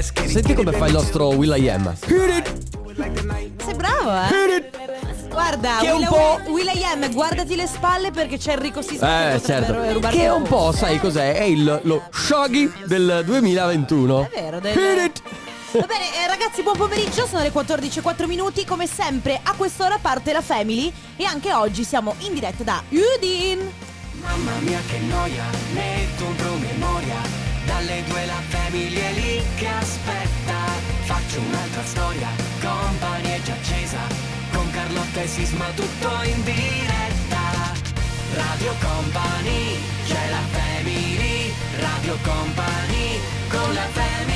Senti come fa il nostro Will.i.am Sei bravo, eh? Guarda, Che è un Will- po'- Will.i.am, guardati le spalle perché c'è Enrico Sisma Eh certo Che è un po' sai cos'è È il, lo shoggy del 2021 È vero, del- Hit it. Va bene, eh, ragazzi, buon pomeriggio, sono le 14.04 minuti, come sempre a quest'ora parte la Family e anche oggi siamo in diretta da Udin. Mamma mia che noia, metto un promemoria Dalle due la famiglia è lì che aspetta Faccio un'altra storia, company è già accesa Con Carlotta e Sisma tutto in diretta Radio Company, c'è la family Radio Company, con la family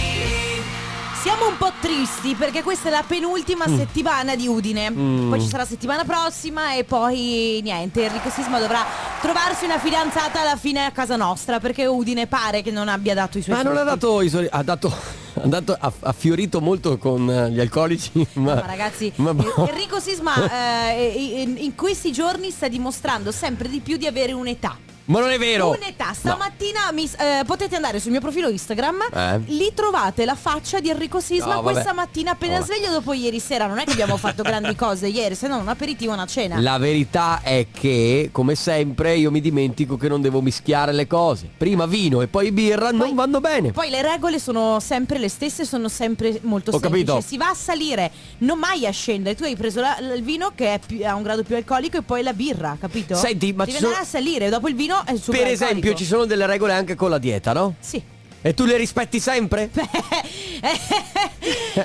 Siamo un po' tristi perché questa è la penultima settimana di Udine. Mm. Poi ci sarà settimana prossima e poi niente, Enrico Sisma dovrà trovarsi una fidanzata alla fine a casa nostra perché Udine pare che non abbia dato i suoi Ma non ha frutti. dato i soli- Ha dato Ha, dato- ha- ha fiorito molto con eh, gli alcolici Ma, Ma ragazzi, ma- boh. eh, Enrico Sisma eh, in, in questi giorni sta dimostrando sempre di più di avere un'età. Ma non è vero Un'età, stamattina mi s- eh, potete andare sul mio profilo Instagram, Eh. lì trovate la faccia di Enrico Sisma No, vabbè. questa mattina appena No, vabbè. sveglio dopo ieri sera, non è che abbiamo fatto grandi cose ieri, se non un aperitivo e una cena. La verità è che, come sempre, io mi dimentico che non devo mischiare le cose. Prima vino e poi birra Poi- non vanno bene. Poi le regole sono sempre le stesse, sono sempre molto Ho semplici. capito. Si va a salire, non mai a scendere. Tu hai preso la- il vino che è più- ha un grado più alcolico e poi la birra, capito? Senti, ma Devi ci sono- andare a salire, dopo il vino è super per esempio, ci sono delle regole anche con la dieta, no? Sì. E tu le rispetti sempre?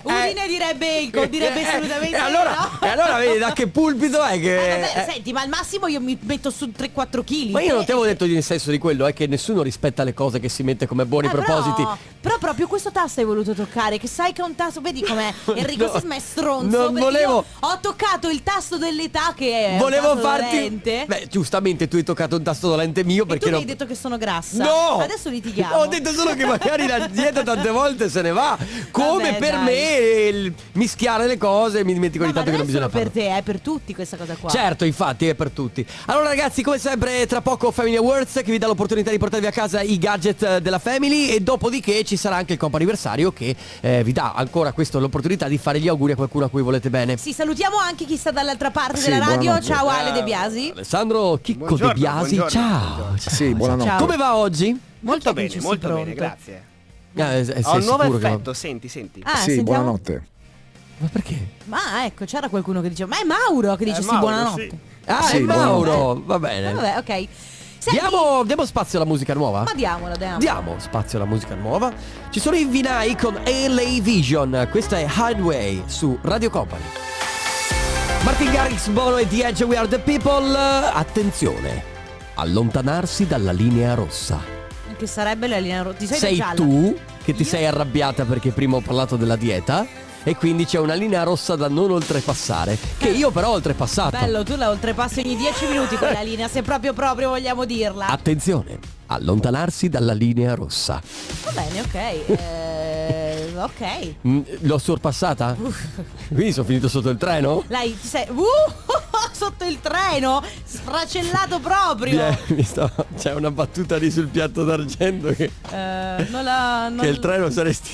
Udine direbbe il co- direbbe Eh, eh, assolutamente e allora, e no. allora vedi da che pulpito è Eh, che... vabbè, eh, senti, ma al massimo io mi metto su 3-4 kg. ma io non ti avevo detto nel senso di quello, è che nessuno rispetta le cose che si mette come buoni Eh, propositi. Però, però proprio questo tasto hai voluto toccare, che sai che è un tasto, vedi com'è Enrico No, Sisma è stronzo. non perché volevo- io ho toccato il tasto dell'età che è... un Volevo tasto farti... dolente. Beh, giustamente tu hai toccato un tasto dolente mio e perché... tu mi non- hai detto che sono grassa. No! Adesso litighiamo. Ho detto solo che magari la dieta tante volte se ne va. Come Vabbè, per dai. me il mischiare le cose mi dimentico No, ogni ma tanto che non non è bisogna solo farlo. per te, è per tutti questa cosa qua. Certo, infatti, è per tutti. Allora, ragazzi, come sempre, tra poco Family Awards che vi dà l'opportunità di portarvi a casa i gadget eh, della Family. E dopodiché ci sarà anche il compo anniversario che eh, vi dà ancora questo l'opportunità di fare gli auguri a qualcuno a cui volete bene. Sì, salutiamo anche chi sta dall'altra parte Sì, della radio. buonanotte. Ciao Ale De Biasi. Alessandro Chicco Buongiorno, De Biasi, buongiorno, ciao. buongiorno. ciao, Sì, ciao. buonanotte. Ciao. Come va oggi? Molto Molto bene, bene, ci molto sei bene, pronto. grazie. Eh, eh, sei Ho un nuovo sicuro che va- effetto, senti, senti. Ah, sì, sentiamo? buonanotte. Ma perché? Ma ecco, c'era qualcuno che diceva, ma è Mauro che dice Eh, sì, Mauro, buonanotte. sì. Ah, Sì, eh, è Mauro, buonanotte. va bene. Vabbè, ok. Senti, Diamo, diamo spazio alla musica nuova? ma diamola, diamola. Diamo spazio alla musica nuova. Ci sono i Vinai con LA Vision. Questa è Highway su Radio Company. Martin Garrix, Bono e The Edge We Are The People. Attenzione, allontanarsi dalla linea rossa. Che sarebbe la linea rossa. Di solito è Sei gialla. tu che ti Io? sei arrabbiata perché prima ho parlato della dieta e quindi c'è una linea rossa da non oltrepassare. Che io però ho oltrepassato. Eh. Bello, tu la oltrepassi ogni 10 minuti quella linea, se proprio proprio vogliamo Ah. dirla. Attenzione, allontanarsi dalla linea rossa. Va bene, ok. eh, ok. Mm, L'ho sorpassata? Quindi sono finito sotto il treno? Lei ti sei. Uh, sotto il treno! Sfracellato proprio! Vieni, mi stavo- C'è una battuta lì sul piatto d'argento che, Eh, non la. Non... che il treno saresti...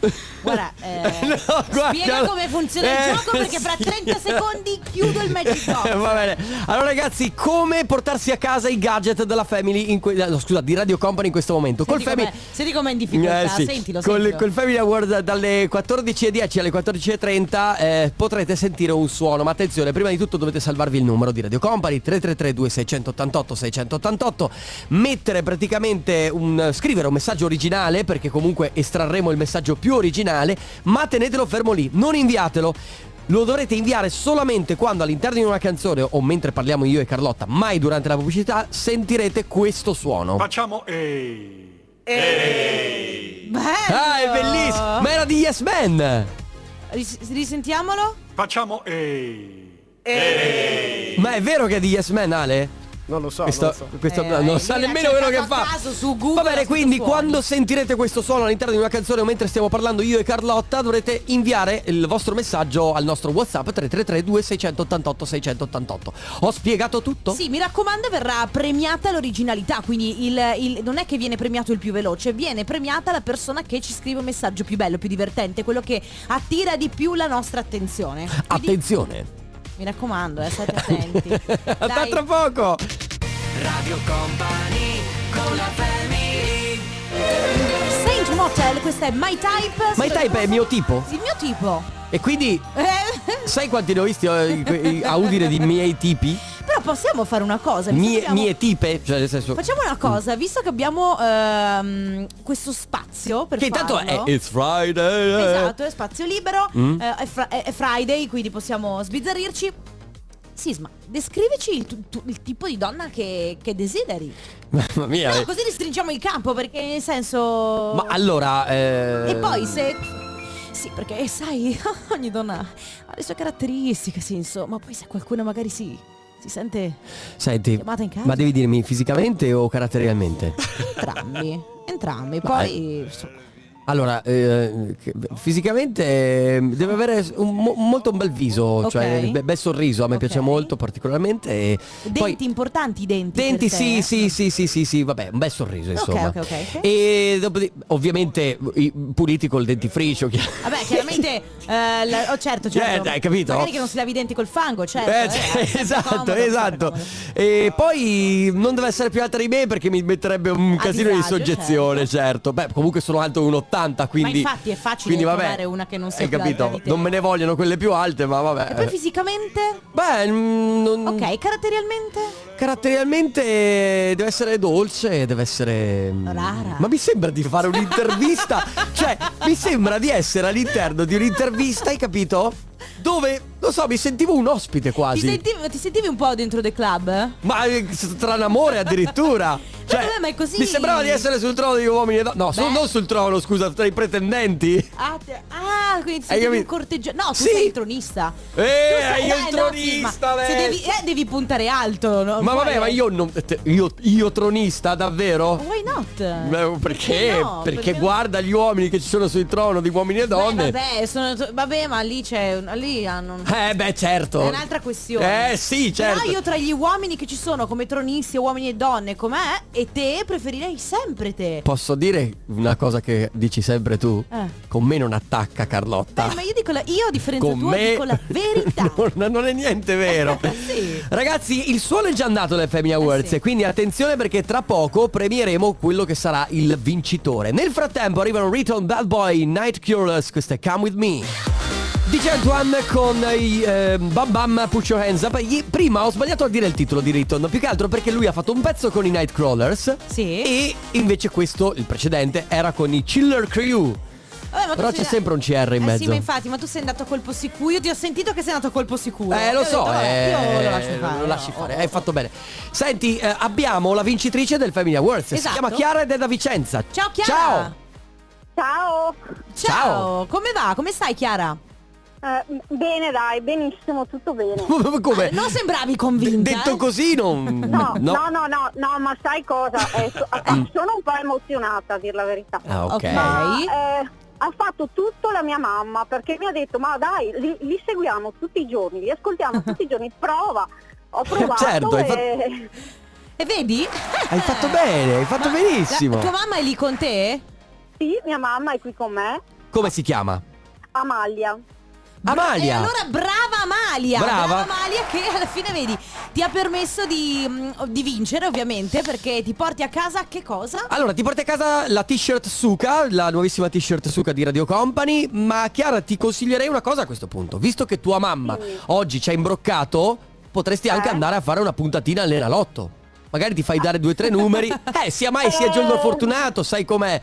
Guarda, eh, No, guarda. spiega come funziona Eh, il gioco perché fra sì. 30 secondi chiudo il magic box. Va bene. Allora ragazzi, come portarsi a casa i gadget della Family, in que- eh, no, scusa, di Radio Company in questo momento? Col Senti com'è- Family... senti com'è in difficoltà, Eh, sì. sentilo, Col- sentilo. col Family Award dalle 14.10 alle 14.30 eh, potrete sentire un suono, ma attenzione, prima di tutto dovete salvarvi il numero di Radio Company 333 2688 688, mettere praticamente un scrivere un messaggio originale perché comunque estrarremo il messaggio più originale, ma tenetelo fermo lì, non inviatelo. Lo dovrete inviare solamente quando all'interno di una canzone o mentre parliamo io e Carlotta, mai durante la pubblicità, sentirete questo suono. Facciamo ehi. Bello. Ah, è bellissimo! Ma era di Yes Man! Ris- risentiamolo? Facciamo ehi. Ma è vero che è di Yes Man, Ale? Non lo so. Questo, non lo so. questo- Eh, non lo sa lui l'ha nemmeno quello che cercato a fa. caso su Google, Va ha bene, scritto quindi suoni. quando sentirete questo suono all'interno di una canzone o mentre stiamo parlando io e Carlotta dovrete inviare il vostro messaggio al nostro WhatsApp 333 2688 688. Ho spiegato tutto? Sì, mi raccomando, verrà premiata l'originalità, quindi il- il- non è che viene premiato il più veloce, viene premiata la persona che ci scrive un messaggio più bello, più divertente, quello che attira di più la nostra attenzione. Quindi, Attenzione. mi raccomando, eh, state attenti. A Dai. tra poco. Radio Company con la family Saint Motel, questa è My Type. My Type è il mio tipo? Sì, il mio tipo. E quindi Eh, sai quanti ne ho visti eh, que- a udine di miei tipi? Però possiamo fare una cosa. visto che Mie, abbiamo- mie tipe? Cioè nel senso... Facciamo una cosa, visto che abbiamo ehm, questo spazio per Che intanto è farlo- It's Friday. eh. Esatto, è spazio libero, Mm. eh, è, fra- è- è Friday, quindi possiamo sbizzarrirci. Sisma, descrivici il, tu- tu- il tipo di donna che, che desideri. Mamma mia. No, eh. così restringiamo il campo, perché nel senso... Ma allora... eh, E poi se... Sì, perché sai, ogni donna ha le sue caratteristiche, sì, insomma, poi se qualcuno magari si, si sente Senti, chiamata in casa. ma devi dirmi fisicamente o caratterialmente? entrambi, entrambi, Ma eh. poi... insomma, Allora, eh, che- fisicamente eh, deve avere un, mo- molto un bel viso, cioè Ok. be- bel sorriso, a me piace Ok. molto particolarmente. E Denti poi- importanti, i denti. per Denti, te? sì, sì, sì, sì, sì, sì, vabbè, un bel sorriso, insomma. ok, ok, ok. E dopodi- ovviamente i- puliti col dentifricio. chi- Vabbè, chiaramente, eh, la- oh, certo, certo. Eh, hai capito? Magari che non si lavi i denti col fango, certo. Eh, eh, cioè, sempre esatto, comodo, esatto. sempre comodo. E poi non deve essere più alta di me perché mi metterebbe un A casino di disagio, soggezione, certo. Beh, comunque sono alto 1,80, quindi infatti è facile quindi, vabbè, trovare una che non sia Hai più alta capito? di te. Non me ne vogliono quelle più alte, ma E poi vabbè. fisicamente? Beh, Eh. mm, non- Ok, caratterialmente? caratterialmente deve essere dolce, deve essere mm, Rara. Ma mi sembra di fare un'intervista, cioè mi sembra di essere all'interno di un'intervista, hai capito? Dove non so, mi sentivo un ospite Ti quasi. sentivi, ti sentivi un po' dentro The Club? Ma eh, s- tranamore addirittura. Cioè, vabbè, ma è così. Mi sembrava di essere sul trono di uomini e donne. No, su- Beh. non sul trono, scusa, tra i pretendenti. Eh, Ah, te- ah, quindi ti Hai sentivi un capito? corteggio. No, tu Sì. sei il tronista. Eh, Tu sei- io il no, tronista, Sisma, se beh. devi, eh, devi puntare alto. no? Ma Puoi- vabbè, ma io non. te- Io, io tronista, davvero? Why not? Beh, Perché? Perché, Eh. no? guarda gli uomini che ci sono sul trono di uomini e Beh, donne. vabbè, sono- vabbè, ma lì c'è. un- Lì hanno. un- eh beh certo. È un'altra questione. Eh sì, certo. Però io tra gli uomini che ci sono come tronisti, uomini e donne, com'è, e te, preferirei sempre te. Posso dire una cosa che dici sempre tu? Eh. Con me non attacca Carlotta. Beh, Eh, ma io dico la, io a differenza con tua me dico la verità. non, non è niente vero Sì. Eh ragazzi il suono è già andato alle Family Awards sì. quindi attenzione perché tra poco premieremo quello che sarà il vincitore nel frattempo arrivano Return Bad Boy Night Cureless questo è Come With Me DJ Antoine con i eh, Bam Bam Put Your Hands Up Gli- Prima ho sbagliato a dire il titolo di Riton Più che altro perché lui ha fatto un pezzo con i Nightcrawlers Sì. E invece questo, il precedente, era con i Chiller Crew Vabbè, ma tu Però sei- c'è sempre un CR in Eh mezzo. sì, ma infatti, ma tu sei andato a colpo sicuro. Io ti ho sentito che sei andato a colpo sicuro. Eh, Io lo ho detto, so, vabbè, eh, io lo lascio fare. lo lasci no. fare, Oh, hai oh. fatto bene. Senti, eh, abbiamo la vincitrice del Family Awards, si Esatto. chiama Chiara ed è da Vicenza. Ciao Chiara! Ciao! Ciao. Ciao. Ciao! Come va? Come stai Chiara? Eh, bene dai, benissimo, tutto bene. Ma Come? Ah, non sembravi convinta. De- detto eh? così non... No, no, no, no, no, ma sai cosa? Eh, so- eh, sono un po' emozionata a dire la verità. Ah, ok. Ok. Ma, eh, ha fatto tutto la mia mamma perché mi ha detto ma dai, li, li seguiamo tutti i giorni, li ascoltiamo tutti i giorni, prova. Ho provato Certo, hai e... E vedi? Hai fatto bene, hai fatto benissimo. La- tua mamma è lì con te? Sì, mia mamma è qui con me, Come si chiama? Amalia. Amalia. E eh, allora brava Amalia! Brava. Amalia che alla fine vedi ti ha permesso di, mh, di vincere ovviamente perché ti porti a casa che cosa? Allora, ti porti a casa la t-shirt Suka, la nuovissima t-shirt Suka di Radio Company, ma Chiara ti consiglierei una cosa a questo punto, visto che tua mamma Sì. oggi ci ha imbroccato, potresti anche Eh? andare a fare una puntatina all'Enalotto. Magari ti fai dare due o tre numeri, eh sia mai sia giorno Eh. fortunato, sai com'è.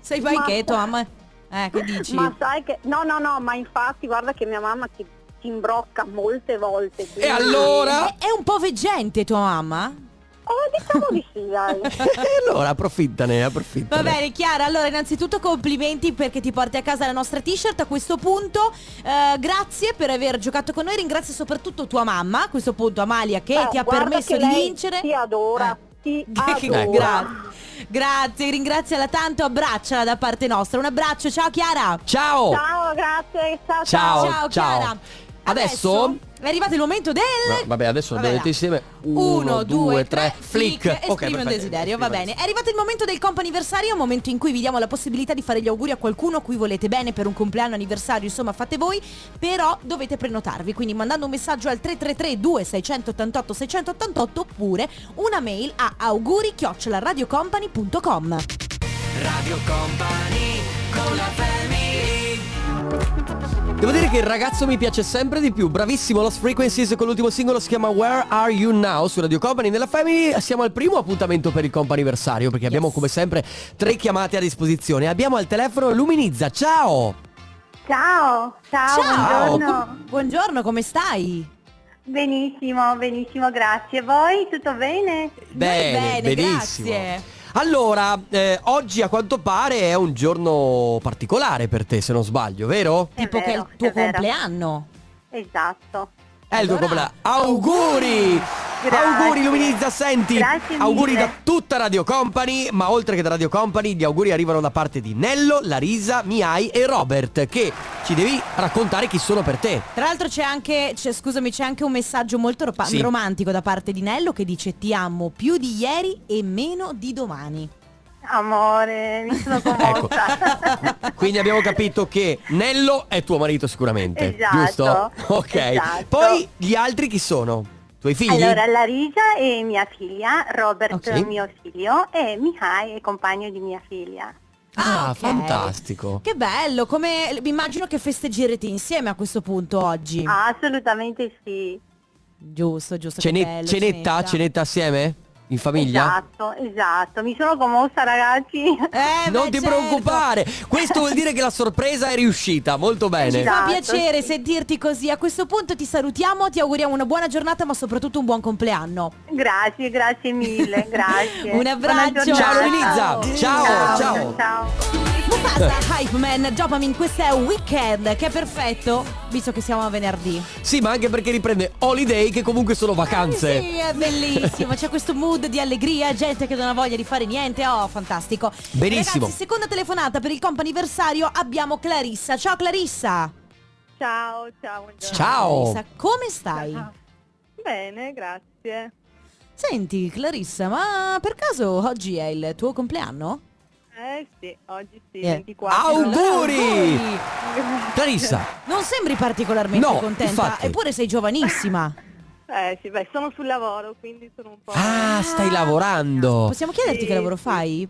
Sei poi Ma- che tua mamma? Eh, che dici? Ma sai che... No, no, no, ma infatti guarda che mia mamma ti, ti imbrocca molte volte. E quindi- allora... È, è un po' veggente tua mamma? Eh, diciamo di sì, dai. E allora approfittane, Va approfittane. bene Chiara, allora innanzitutto complimenti perché ti porti a casa la nostra t-shirt a questo punto, eh, grazie per aver giocato con noi, ringrazio soprattutto tua mamma a questo punto Amalia che Eh, ti ha guarda permesso che di lei vincere. Ti adora, Eh. ti Che- adora. Ecco. Grazie, grazie, ringraziala tanto, abbracciala da parte nostra, un abbraccio, ciao Chiara! Ciao. Ciao, grazie, ciao. Ciao, ciao. Chiara! Adesso- è arrivato il momento del... No, vabbè, adesso lo dobbiamo Vabbè, dire insieme. Uno, due, tre, flick, flick. esprimi Ok, un perfetto, desiderio, va esprimi bene. È arrivato il momento del comp'anniversario, un momento in cui vi diamo la possibilità di fare gli auguri a qualcuno a cui volete bene per un compleanno, anniversario, insomma fate voi, però dovete prenotarvi, quindi mandando un messaggio al 333 2688 688 oppure una mail a auguri Devo dire che il ragazzo mi piace sempre di più. Bravissimo Lost Frequencies con l'ultimo singolo si chiama Where Are You Now su Radio Company nella Family. Siamo al primo appuntamento per il comp anniversario perché abbiamo come sempre tre chiamate a disposizione. Abbiamo al telefono Luminizza. Ciao! Ciao, ciao, Ciao. buongiorno. com- buongiorno, come stai? Benissimo, benissimo, grazie. Voi tutto bene? bene, benissimo. grazie. Allora, eh, oggi a quanto pare è un giorno particolare per te, se non sbaglio, vero? È tipo che è vero, il tuo è vero. compleanno. Esatto. È il tuo compleanno. Allora, Auguri! Grazie. Auguri Luminizza, senti, Grazie mille. auguri da tutta Radio Company, ma oltre che da Radio Company gli auguri arrivano da parte di Nello, Larisa, Miai e Robert, che ci devi raccontare chi sono per te. Tra l'altro c'è anche, c'è- scusami, c'è anche un messaggio molto ropa- Sì. romantico da parte di Nello che dice ti amo più di ieri e meno di domani. Amore, mi sono Ecco. commossa. Quindi abbiamo capito che Nello è tuo marito sicuramente, Esatto, giusto? Ok. esatto. Poi gli altri chi sono? Tuoi figli? allora, Larisa è mia figlia, Robert Ok. mio figlio e Mihai è compagno di mia figlia. ah, ok. fantastico. Che bello, come mi immagino che festeggerete insieme a questo punto oggi. Ah. Assolutamente sì. Giusto, giusto. che Cene- bello, cenetta, cenetta assieme? In famiglia? Esatto, esatto. Mi sono commossa ragazzi. Eh, non beh, ti certo. preoccupare, questo vuol dire che la sorpresa è riuscita, molto Ci bene. Esatto. fa piacere sì. sentirti così. A questo punto ti salutiamo, ti auguriamo una buona giornata, ma soprattutto un buon compleanno. Grazie, grazie mille, grazie. Un abbraccio. Buona giornata. Ciao, Luisa. Ciao, ciao. ciao. ciao. Mufasa, Eh. Hype Man, Dopamine, questo è Weekend, che è perfetto, visto che siamo a venerdì. Sì, ma anche perché riprende holiday che comunque sono Eh sì, vacanze. è bellissimo, c'è questo mood di allegria, gente che non ha voglia di fare niente, oh fantastico. Benissimo. Ragazzi, seconda telefonata per il comp anniversario abbiamo Clarissa. Ciao Clarissa. Ciao, ciao. buongiorno. Ciao. Clarissa, come stai? Ciao. Bene, grazie. Senti Clarissa, ma per caso oggi è il tuo compleanno? Eh sì, oggi sì, Eh. 24. Auguri! Auguri! Clarissa, Non sembri particolarmente No, contenta, infatti. eppure sei giovanissima. Eh sì, beh, sono sul lavoro, quindi sono un po'... ah, stai lavorando. Possiamo chiederti Sì, che lavoro sì. fai?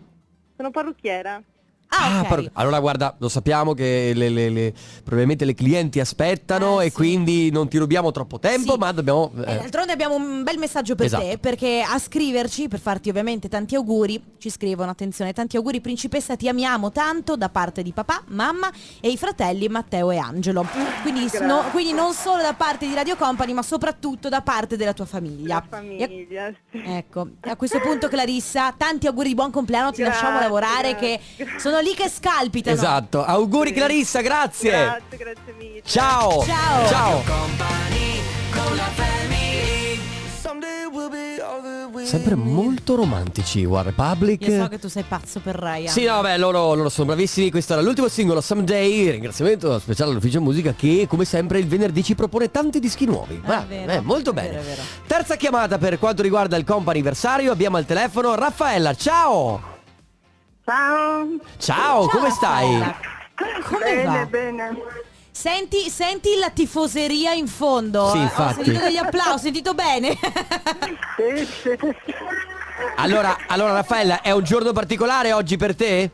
Sono parrucchiera. Ah, ok. par- allora guarda, lo sappiamo che le- le- le- probabilmente le clienti aspettano Eh, e sì. quindi non ti rubiamo troppo tempo, Sì. ma dobbiamo... E eh, d'altronde abbiamo un bel messaggio per Esatto. te, perché a scriverci, per farti ovviamente tanti auguri, ci scrivono, attenzione, tanti auguri principessa, ti amiamo tanto da parte di papà, mamma e i fratelli Matteo e Angelo. Quindi, s- no- Grazie. quindi non solo da parte di Radio Company, ma soprattutto da parte della tua famiglia. La famiglia. sì. E a- Ecco, a questo punto Clarissa, tanti auguri di buon compleanno, ti lasciamo Grazie, lavorare grazie. che sono lì che scalpitano. esatto. Auguri Sì. Clarissa, grazie. Grazie, grazie mille. Ciao. Ciao. Ciao. Sempre molto romantici, War Republic. Io so che tu sei pazzo per Raya. Sì, no, beh, loro, loro sono bravissimi. Questo era l'ultimo singolo, Someday. Ringraziamento speciale all'ufficio musica che, come sempre, il venerdì ci propone tanti dischi nuovi. Bravi, vero, eh, molto è bene. vero, è vero. Terza chiamata per quanto riguarda il comp anniversario. Abbiamo al telefono Raffaella. Ciao! Ciao. Ciao, come stai? Raffaella. Come bene, va? bene. Senti, senti la tifoseria in fondo. Sì, Eh, infatti. Ho sentito degli applausi, ho sentito bene. Sì, sì. Allora, allora, Raffaella, è un giorno particolare oggi per te?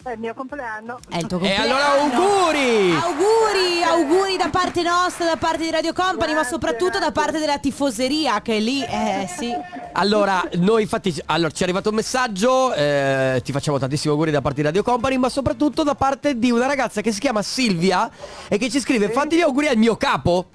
È il mio compleanno. È il tuo E compleanno. allora auguri! Auguri, auguri da parte nostra, da parte di Radio Company, ma Grazie, soprattutto da parte della tifoseria che è lì, eh sì. Allora, noi infatti, allora, ci è arrivato un messaggio, eh, ti facciamo tantissimi auguri da parte di Radio Company, ma soprattutto da parte di una ragazza che si chiama Silvia e che ci scrive fate gli auguri al mio capo.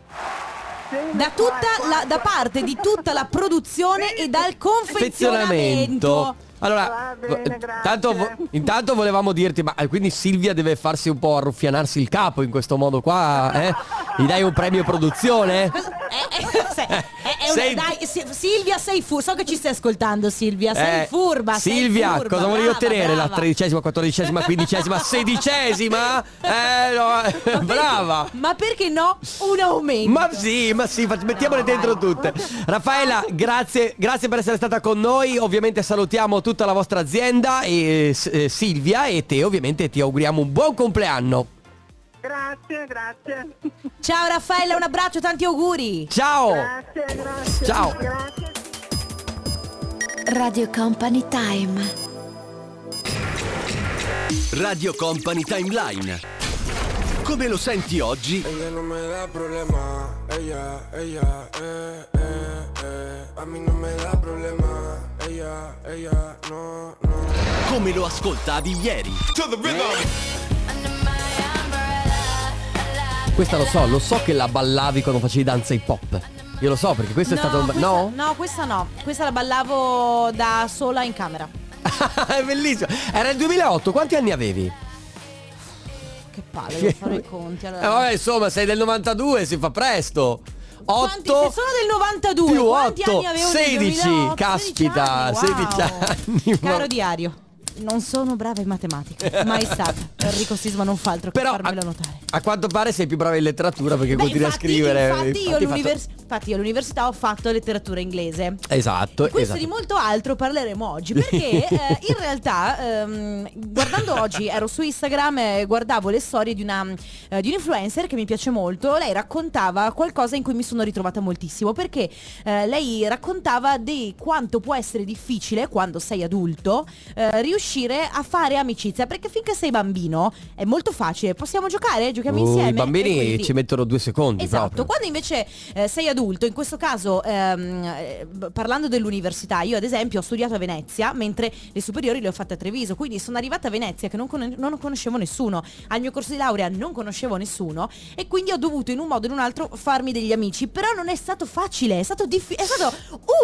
Da, tutta la- da parte di tutta la produzione e dal confezionamento. Confezionamento. Allora, Ah, Va bene, grazie. tanto vo- intanto volevamo dirti, ma eh, quindi Silvia deve farsi un po' arruffianarsi il capo in questo modo qua, eh? Gli dai un premio produzione? Cosa- eh, eh, se- eh, è una- Sei- dai, Si- Silvia sei furba, so che ci stai ascoltando Silvia, sei Eh, furba. sei Silvia, furba, cosa volevi brava, ottenere? La brava. tredicesima, quattordicesima, quindicesima, sedicesima? Eh, no, eh, brava! Ma perché no? Un aumento. Ma sì, ma sì, fac- mettiamole dentro tutte. Raffaela, grazie, grazie per essere stata con noi. Ovviamente salutiamo tutta la vostra azienda e S- eh, Silvia e te ovviamente ti auguriamo un buon compleanno. Grazie, grazie. Ciao Raffaella, un abbraccio, tanti auguri. Ciao! Grazie, grazie. Ciao. Grazie. Radio Company Time. Radio Company Timeline. Come lo senti oggi? Ella no me da problema, ella, ella, eh, eh, eh. A mí no me da problema, ella, ella, no, no. Come lo ascoltavi ieri? Questa lo so, lo so che la ballavi quando facevi danza hip hop. Io lo so perché questo è stato un... ba- questa, no? no, questa no. Questa la ballavo da sola in camera. è bellissimo. Era il 2008, quanti anni avevi? Che palle, devo fare i conti. Allora. Eh, vabbè, insomma, sei del 92, si fa presto. 8 Quanti- se sono del 92, più quanti 8, anni avevo nel 16, 2008? caspita, 16 anni, ma- Caro diario, non sono brava in matematica, mai stata. Enrico Sisma non fa altro che Però a, farmelo notare. a quanto pare sei più brava in letteratura perché Beh, continui infatti- a scrivere. Infatti, io Infatti, all'univers- infatti io all'università ho fatto letteratura inglese. fatto- Esatto, Questo esatto. di molto altro parleremo oggi perché eh, in realtà ehm, guardando oggi ero su Instagram e guardavo le storie di una eh, di un influencer che mi piace molto, lei raccontava qualcosa in cui mi sono ritrovata moltissimo perché eh, lei raccontava di quanto può essere difficile quando sei adulto eh, riuscire a fare amicizia perché finché sei bambino è molto facile, possiamo giocare, giochiamo Uh, insieme. I e bambini quindi- ci mettono due secondi eh, Esatto, proprio. quando invece eh, sei adulto, in questo caso ehm, eh, b- parlando dell'università, io ad esempio ho studiato a Venezia mentre le superiori le ho fatte a Treviso, quindi sono arrivata a Venezia che non, con- non conoscevo nessuno, al mio corso di laurea non conoscevo nessuno e quindi ho dovuto in un modo o in un altro farmi degli amici, però non è stato facile, è stato, diffi- è stato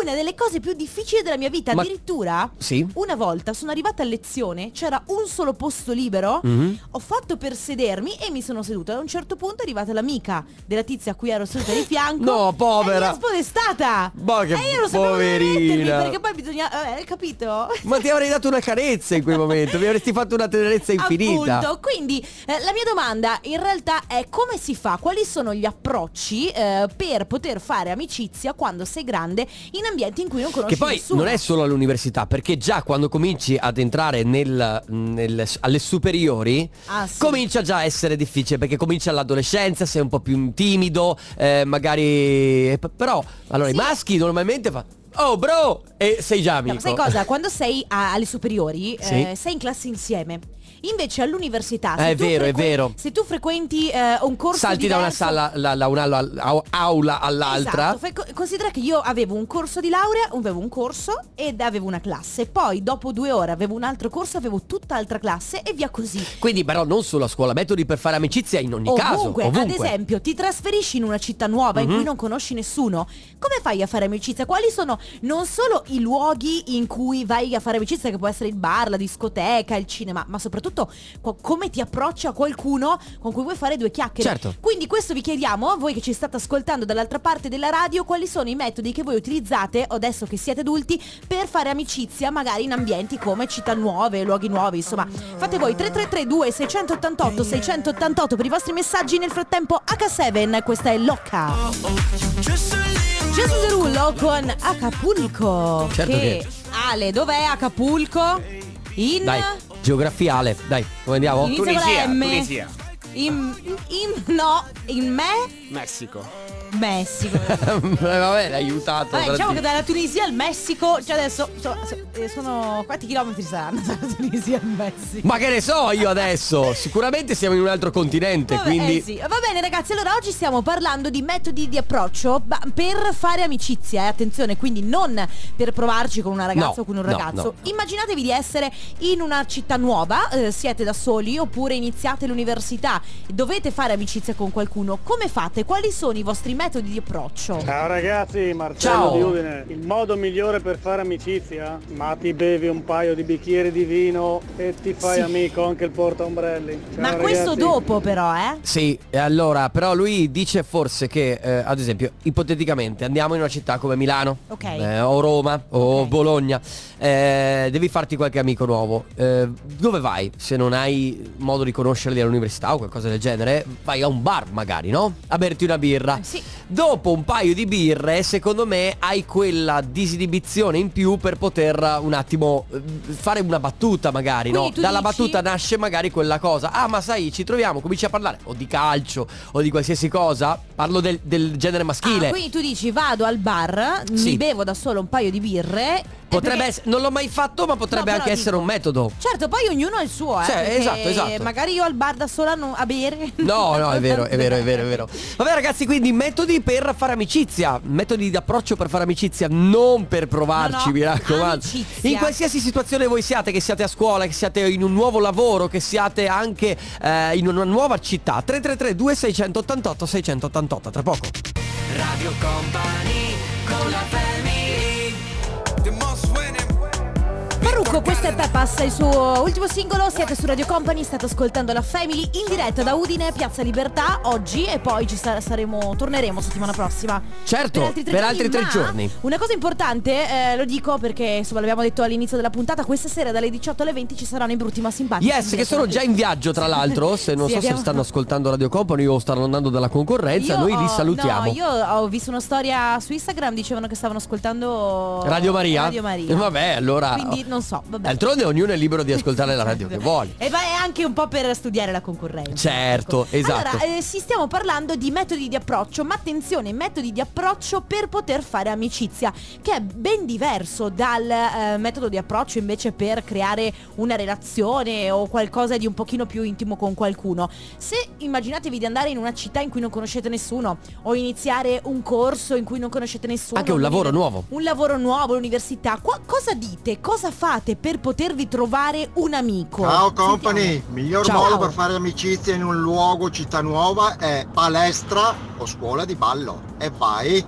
una delle cose più difficili della mia vita, Ma- addirittura Sì? una volta sono arrivata a lezione, c'era un solo posto libero, Mhm. ho fatto per sedermi e mi sono seduta. A un certo punto è arrivata l'amica della tizia a cui ero seduta di fianco. No, povera. E mi ha spodestata. Ma che e io non sapevo dove poverina. mettermi perché poi bisogna... Vabbè, hai capito? Ma ti avrei dato una carezza in quel momento, mi avresti fatto una tenerezza infinita. Appunto, quindi eh, la mia domanda in realtà è come si fa, quali sono gli approcci eh, per poter fare amicizia quando sei grande in ambienti in cui non conosci Che poi nessuno? non è solo all'università, perché già quando cominci ad entrare nel- nel- alle superiori, Ah, sì. comincia già a essere difficile, perché comincia l'adolescenza, sei un po' più timido, eh, magari... p- Però, allora, i Sì. maschi normalmente fanno... Oh bro! E sei già No, amico. sai cosa? Quando sei a- alle superiori, Sì. eh, sei in classe insieme. Invece all'università, se Eh, è tu vero, è frequen- vero. Se tu frequenti eh, un corso Salti da una diverso- sala, la- da una alla- au- aula all'altra. Esatto, fai co- considera che io avevo un corso di laurea, avevo un corso ed avevo una classe, poi dopo due ore avevo un altro corso, avevo tutt'altra classe e via così. Quindi però non solo a scuola, metodi per fare amicizia in ogni Ovunque, caso. Mhm. ad esempio, ti trasferisci in una città nuova in cui non conosci nessuno, come fai a fare amicizia? Quali sono non solo i luoghi in cui vai a fare amicizia, che può essere il bar, la discoteca, il cinema, ma soprattutto co- come ti approccia qualcuno con cui vuoi fare due chiacchiere? Certo. Quindi questo vi chiediamo, voi che ci state ascoltando dall'altra parte della radio, quali sono i metodi che voi utilizzate, adesso che siete adulti, per fare amicizia magari in ambienti come città nuove, luoghi nuovi, insomma. Fate voi 3332 688 688 per i vostri messaggi, nel frattempo H7, questa è Locca. Gesù Derullo con Acapulco. Certo che- Ale, dov'è Acapulco? In... Oh, Dai, geografiale, dai, come andiamo? Inizia Tunisia, con la M. Tunisia. In, in- no, in me, Messico. Messico. Eh, Vabbè, l'hai aiutato. Vabbè, diciamo tantissimo. che dalla Tunisia al Messico, cioè adesso so- so- eh, sono quanti chilometri saranno dalla Tunisia al Messico? Ma che ne so io adesso? Sicuramente siamo in un altro continente, Vabbè, quindi... eh sì. Va bene ragazzi, allora oggi stiamo parlando di metodi di approccio ba- per fare amicizia, eh, attenzione, quindi non per provarci con una ragazza No, o con un no, ragazzo. no. Immaginatevi di essere in una città nuova, eh, siete da soli oppure iniziate l'università, dovete fare amicizia con qualcuno, come fate? Quali sono i vostri metodi di approccio. Ciao ragazzi, Marcello Ciao. di Udine. Il modo migliore per fare amicizia? Ma ti bevi un paio di bicchieri di vino e ti fai Sì. amico anche il portaombrelli. Ciao, Ma questo ragazzi. dopo però, eh? Sì, e allora, però lui dice forse che, eh, ad esempio, ipoteticamente andiamo in una città come Milano, Ok. eh, o Roma, o Ok. Bologna, eh, devi farti qualche amico nuovo. Eh, dove vai? Se non hai modo di conoscerli all'università o qualcosa del genere, vai a un bar magari, no? A berti una birra. Eh, Sì. Dopo un paio di birre, secondo me, hai quella disinibizione in più per poter un attimo eh, fare una battuta, magari, Quindi no? tu Dalla dici- battuta nasce magari quella cosa. Ah, ma sai, ci troviamo, cominci a parlare o di calcio o di qualsiasi cosa. Parlo del, del genere maschile. Ah, quindi tu dici vado al bar, Sì. mi bevo da solo un paio di birre. eh, Potrebbe perché- essere, non l'ho mai fatto, ma potrebbe No, però anche essere dico- un metodo. Certo, poi ognuno ha il suo, eh. Sì, perché esatto, esatto. Magari io al bar da sola non- a bere. No, no, è vero, è vero, è vero, è vero. Vabbè ragazzi, quindi metodi per fare amicizia, metodi d'approccio per fare amicizia, non per provarci, No, no, mi raccomando. amicizia. In qualsiasi situazione voi siate, che siate a scuola, che siate in un nuovo lavoro, che siate anche eh, in una nuova città, 333 2688 688, tra poco. Radio Company con la family The most winning. Parrucco, questo è Peppas, il suo ultimo singolo, siete su Radio Company, state ascoltando la Family in diretta da Udine, Piazza Libertà, oggi e poi ci sa- saremo, torneremo settimana prossima. Certo, per altri tre giorni. Una cosa importante, eh, lo dico perché insomma l'abbiamo detto all'inizio della puntata, questa sera dalle 18 alle 20 ci saranno i brutti ma simpatici. Yes, che sono già in viaggio tra l'altro, se non Sì, so abbiamo- se stanno ascoltando Radio Company o stanno andando dalla concorrenza, Io noi ho- li salutiamo. No, io ho visto una storia su Instagram, dicevano che stavano ascoltando Radio Maria? Eh, Radio Maria. Vabbè, allora. oh, Quindi non so, vabbè. D'altronde ognuno è libero di ascoltare la radio che vuole. E va è anche un po' per studiare la concorrenza. Certo, Ecco. esatto. Allora, eh, si stiamo parlando di metodi di approccio, ma attenzione, metodi di approccio per poter fare amicizia, che è ben diverso dal eh, metodo di approccio invece per creare una relazione o qualcosa di un pochino più intimo con qualcuno. Se immaginatevi di andare in una città in cui non conoscete nessuno o iniziare un corso in cui non conoscete nessuno, Anche un quindi- lavoro nuovo. un lavoro nuovo, l'università, qua- cosa dite, cosa fate per potervi trovare un amico? Ciao Sentiamo. company, miglior Ciao. modo per fare amicizia in un luogo, città nuova è palestra o scuola di ballo. E vai.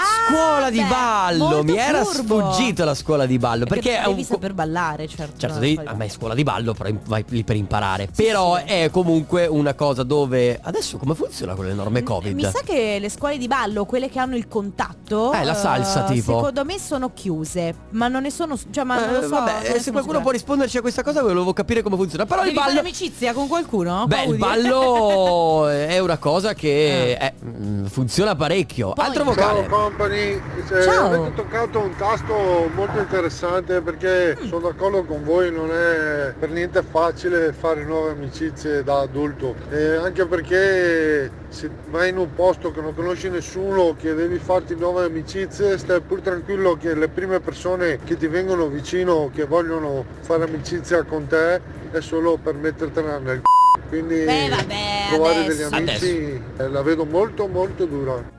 Ah, Scuola di beh, ballo, molto mi era furbo. sfuggita la scuola di ballo perché, è devi un po'- saper ballare, certo. Certo, no, devi, poi- a me scuola di ballo però im- vai lì per imparare. però sì. è comunque una cosa dove adesso come funziona con le norme Covid? Mm, Mi sa che le scuole di ballo, quelle che hanno il contatto, Eh, la salsa, eh, tipo. Secondo me sono chiuse, ma non ne sono, cioè ma non Eh, lo so. vabbè, non ne eh, se sono qualcuno sicura. può risponderci a questa cosa volevo capire come funziona. Però Devi il fare ballo amicizia con qualcuno? Beh, il Pauli? ballo è una cosa che eh, mm, funziona parecchio. Poi- Altro Ciao vocale. company, Eh, Ciao. avete toccato un tasto molto interessante perché Mm. sono d'accordo con voi, non è per niente facile fare nuove amicizie da adulto, Eh, anche perché se vai in un posto che non conosci nessuno, che devi farti nuove amicizie, stai pur tranquillo che le prime persone che ti vengono vicino, che vogliono fare amicizia con te, è solo per mettertela nel c***o. quindi Beh, vabbè, trovare adesso. degli amici eh, la vedo molto molto dura.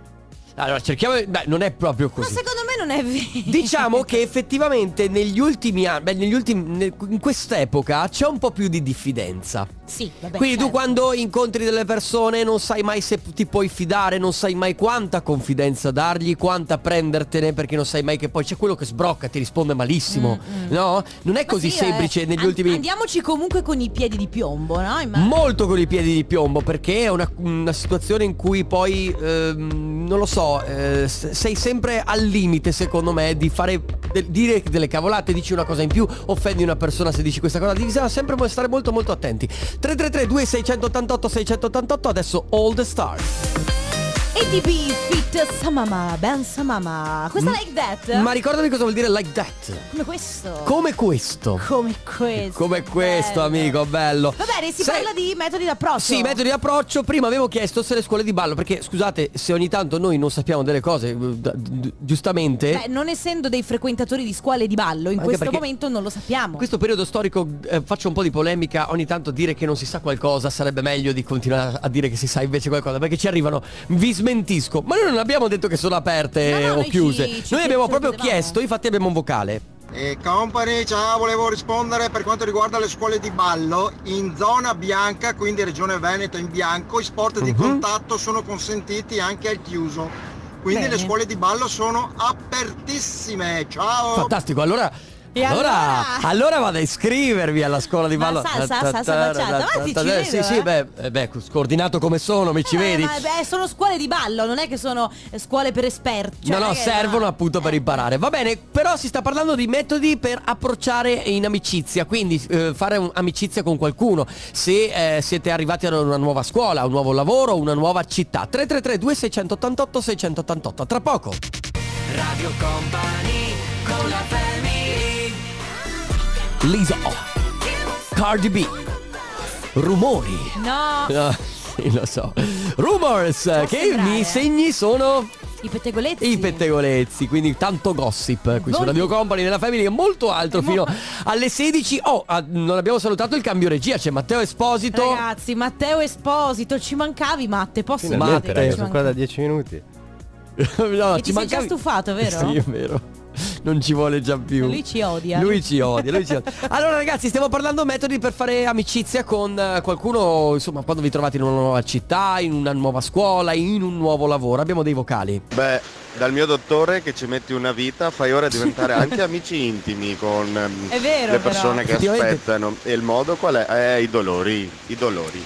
Allora, cerchiamo. Beh, non è proprio Ma così. secondo me non è vero. Diciamo che effettivamente negli ultimi anni, beh, negli ultimi, ne- in quest'epoca c'è un po' più di diffidenza. Sì, vabbè. Quindi tu certo. quando incontri delle persone non sai mai se ti puoi fidare, non sai mai quanta confidenza dargli, quanta prendertene, perché non sai mai che poi c'è quello che sbrocca, ti risponde malissimo. Mm, mm. No? Non è Ma così sì, semplice eh, negli an- ultimi Mm. Andiamoci comunque con i piedi di piombo, no? Imma- Molto con i piedi di piombo perché è una, una situazione in cui poi, ehm, non lo so, eh, s- sei sempre al limite secondo me di fare, de- dire delle cavolate, dici una cosa in più, offendi una persona se dici questa cosa, bisogna sempre stare molto molto attenti. 333 2688 688 adesso All The Stars. Esatto. ATB Fit Samama, Ben Samama. Questa Mm. like that? Ma ricordami cosa vuol dire like that. Come questo. Come questo. Come questo. Come questo bello. amico, bello. Va bene, si Sei- parla di metodi d'approccio. Sì, metodi di approccio. Prima avevo chiesto se le scuole di ballo, perché scusate, se ogni tanto noi non sappiamo delle cose, eh, da- d- giustamente. Beh, non essendo dei frequentatori di scuole di ballo, in Anche questo perché- momento non lo sappiamo. in questo periodo storico eh, faccio un po' di polemica, ogni tanto dire che non si sa qualcosa sarebbe meglio di continuare a dire che si sa invece qualcosa, perché ci arrivano, vi smentisco, ma noi non abbiamo detto che sono aperte No, no, o noi ci- chiuse, ci noi abbiamo chiedevamo. proprio chiesto, infatti abbiamo un vocale. E company, ciao, volevo rispondere per quanto riguarda le scuole di ballo. In zona bianca, quindi regione Veneto in bianco, i sport Mhm. di contatto sono consentiti anche al chiuso. Quindi Bene. le scuole di ballo sono apertissime. Oh. Ciao! Fantastico, allora... E allora, allora? allora vado a iscrivermi alla scuola di Ma ballo. salsa, salsa baciata, ma ti ci vedo, Sì, sì, eh. beh, eh, beh, scordinato come sono, mi ci Eh, vedi? ma, beh, sono scuole di ballo, non è che sono eh, scuole per esperti. Cioè, no, no, non è che- servono appunto per imparare. Va bene, però si sta parlando di metodi per approcciare in amicizia, quindi eh, fare un- amicizia con qualcuno, se eh, siete arrivati ad una nuova scuola, un nuovo lavoro, una nuova città. 333 688 688, tra poco. Radio Company con la family Lisa, Cardi B, Rumori. No, No, sì, lo so. Rumors, che i segni sono... i pettegolezzi. I pettegolezzi, quindi tanto gossip qui su Voglio- Radio Company nella Family e molto Eh, altro fino alle 16. Oh, ah, non abbiamo salutato il cambio regia, c'è Matteo Esposito. Ragazzi, Matteo Esposito, ci mancavi Matte, posso Finalmente, dire? raga, Ci sono manca- qua da 10 minuti. no, E ti sei già stufato, vero? Sì, è vero. Non ci vuole già più. Lui ci odia. Lui ci odia, lui ci odia. Allora ragazzi, stiamo parlando metodi per fare amicizia con eh, qualcuno, insomma, quando vi trovate in una nuova città, in una nuova scuola, in un nuovo lavoro. Abbiamo dei vocali. Beh, dal mio dottore che ci metti una vita, fai ora a diventare anche amici intimi con ehm, È vero, le persone però. che Effettivamente. aspettano. E il modo qual è? Eh, i dolori, i dolori.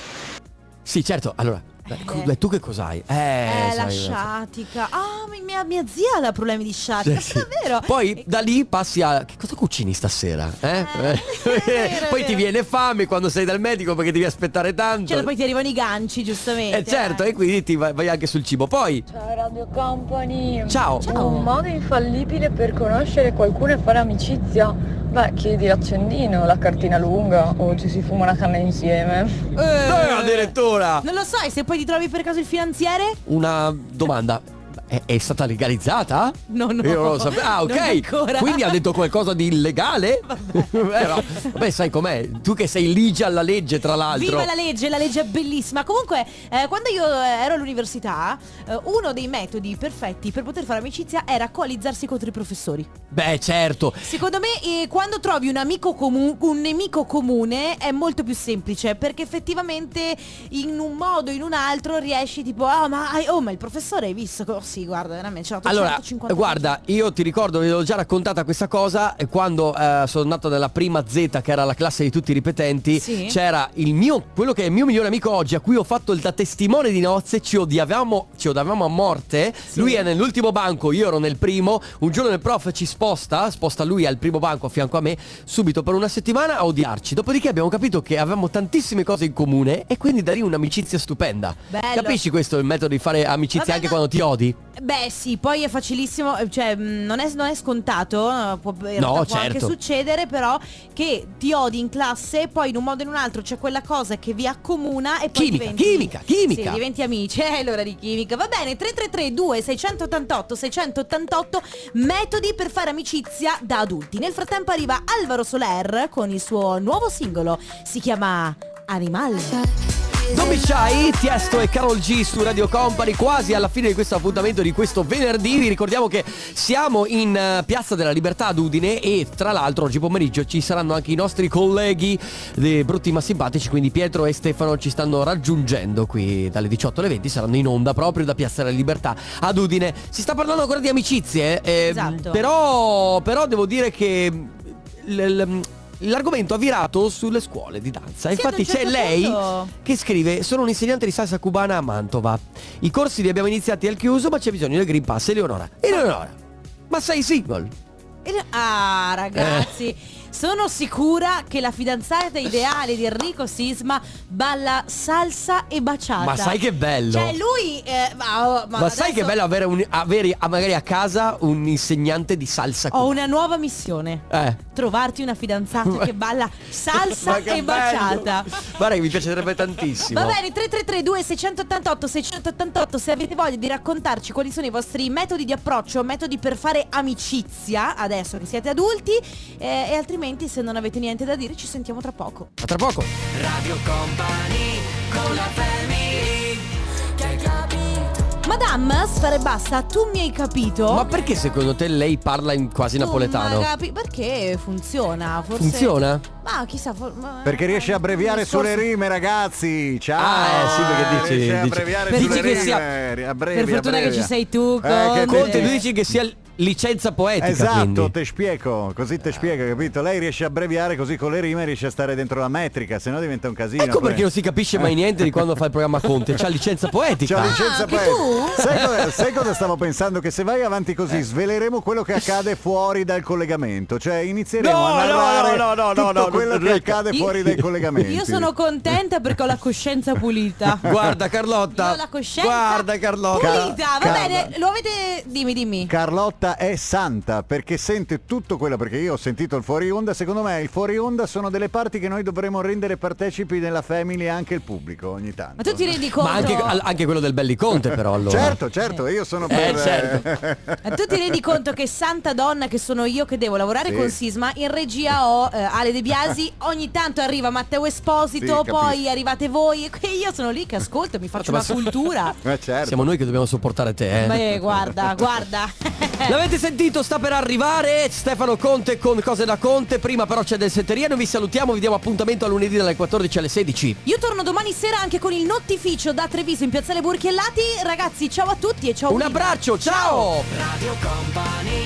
Sì, certo. Allora, beh, co- beh, tu che cos'hai? Eh, Eh, sai, la sciatica. Ah, mi- mia, mia zia ha problemi di sciatica. Sì, sì. Davvero? Poi da lì passi a che cosa cucini stasera? Eh? vero, è poi ti vero. viene fame quando sei dal medico perché devi aspettare tanto. Cioè, poi ti arrivano i ganci, giustamente. eh certo, e quindi ti vai, vai anche sul cibo. Poi Ciao Radio Company Ciao. Oh, Un modo infallibile per conoscere qualcuno e fare amicizia Beh, chiedi l'accendino, la cartina lunga o ci si fuma una canna insieme Eh, addirittura Non lo sai, se poi ti trovi per caso il finanziere? una domanda. È, è stata legalizzata? No, no. Io non lo sapevo. Ah, Non ok. ancora. Quindi ha detto qualcosa di illegale? Vabbè. no. Vabbè, sai com'è? Tu che sei ligia alla legge, tra l'altro. Viva la legge, la legge è bellissima. Comunque, eh, quando io eh, ero all'università, eh, uno dei metodi perfetti per poter fare amicizia era coalizzarsi contro i professori. Beh, certo. Secondo me eh, quando trovi un amico comune, un nemico comune è molto più semplice perché effettivamente in un modo o in un altro riesci tipo ah ma, hai- oh, ma il professore hai visto? Oh sì guarda veramente c'è Allora, 850 guarda, io ti ricordo, vi avevo già raccontata questa cosa, eh, quando eh, sono andato nella prima Z, che era la classe di tutti i ripetenti, Sì. c'era il mio, quello che è il mio migliore amico oggi, a cui ho fatto il da testimone di nozze, ci odiavamo, ci odiavamo a morte, lui è nell'ultimo banco, io ero nel primo, un giorno il prof ci sposta, sposta lui al primo banco a fianco a me, subito per una settimana a odiarci, dopodiché abbiamo capito che avevamo tantissime cose in comune e quindi da lì un'amicizia stupenda. Bello. Capisci questo è il metodo di fare amicizia Vabbè, anche ma- quando ti odi? Beh sì, poi è facilissimo, eh, cioè mh, non è, non è scontato, eh, può, in realtà No, può anche certo. succedere però che ti odi in classe, poi in un modo o in un altro c'è quella cosa che vi accomuna e poi Chimica, diventi... chimica, chimica. Sì, diventi amici, eh, allora di chimica. Va bene, 3332 688 688 metodi per fare amicizia da adulti. Nel frattempo arriva Alvaro Soler con il suo nuovo singolo, si chiama Animal. Don't be shy, Tiesto e Carol G su Radio Company, quasi alla fine di questo appuntamento di questo venerdì. Vi ricordiamo che siamo in eh, Piazza della Libertà ad Udine e tra l'altro oggi pomeriggio ci saranno anche i nostri colleghi eh, brutti ma simpatici, quindi Pietro e Stefano ci stanno raggiungendo qui dalle 18 alle 20, saranno in onda proprio da Piazza della Libertà ad Udine. Si sta parlando ancora di amicizie, eh, Esatto. però, però devo dire che... l- l- L'argomento ha virato sulle scuole di danza. Sì, ad Infatti un certo c'è lei punto- che scrive sono un insegnante di salsa cubana a Mantova i corsi li abbiamo iniziati al chiuso ma c'è bisogno del green pass Eleonora Eleonora ma sei single E- Ah, ragazzi. Eh. Sono sicura che la fidanzata ideale di Enrico Sisma balla salsa e baciata. Ma sai che bello? Ah, Cioè lui... eh, ma, ma, sai che adesso bello avere, un- avere a- magari a casa un insegnante di salsa Ho cubana una nuova missione. eh Trovarti una fidanzata che balla salsa Ma che e baciata. bello. Guarda che mi piacerebbe tantissimo Va bene, 3332 688 688 se avete voglia di raccontarci quali sono i vostri metodi di approccio, metodi per fare amicizia adesso che siete adulti eh, e altrimenti se non avete niente da dire ci sentiamo tra poco. A tra poco Radio Company con la family Ma Madame, sfere basta, tu mi hai capito. Ma perché secondo te lei parla in quasi Oh. Tu napoletano? m'ha capi- perché funziona? Forse... Funziona? Ma chissà, for- ma- Perché riesce a abbreviare sulle rime, ragazzi. Ciao. Ah, eh, sì, perché dici- Riesce a dici- abbreviare Dici sulle che rime. sia- abbrevia, per fortuna che abbrevia. ci sei tu, Eh, che Conte. Conte, tu dici che sia licenza poetica. Esatto, quindi. te spiego, così te spiego, capito? Lei riesce a abbreviare così con le rime riesce a stare dentro la metrica, se no diventa un casino. Ecco poi. perché non si capisce mai niente di quando fa il programma Conte. C'ha licenza poetica. C'ha Ah, licenza per- Sai, cosa, sai cosa stavo pensando? Che se vai avanti così Eh. sveleremo quello che accade fuori dal collegamento. Cioè inizieremo No, a no, narrare no, no, no, no, tutto no, quello non- che accade Io- fuori dai collegamenti. Io sono contenta perché ho la coscienza pulita. Guarda Carlotta. Io ho la coscienza Guarda Carlotta. pulita. Va Carla. bene, lo avete. Dimmi, dimmi. Carlotta è santa perché sente tutto quello, perché io ho sentito il fuori onda, secondo me il fuori onda sono delle parti che noi dovremmo rendere partecipi nella family e anche il pubblico ogni tanto. Ma tu ti rendi conto? Ma anche, al- anche quello del Belli Conte però allora. Certo, certo, io sono Eh, per... certo. Ma Eh, tu ti rendi conto che santa donna che sono io che devo lavorare Sì. con Sisma, in regia ho eh, Ale De Biasi, ogni tanto arriva Matteo Esposito, Sì, capisco. poi arrivate voi e io sono lì che ascolto, mi faccio una Ma- cultura. Eh, certo. Siamo noi che dobbiamo sopportare te. eh. Ma eh, guarda, guarda. L'avete sentito, sta per arrivare Stefano Conte con cose da Conte. Prima però c'è del setteria. Noi vi salutiamo, vi diamo appuntamento a lunedì dalle 14 alle 16. Io torno domani sera anche con il notificio da Treviso in Piazzale Burchiellati. Ragazzi, ciao a tutti e ciao Un Wilma. abbraccio, ciao! Radio Company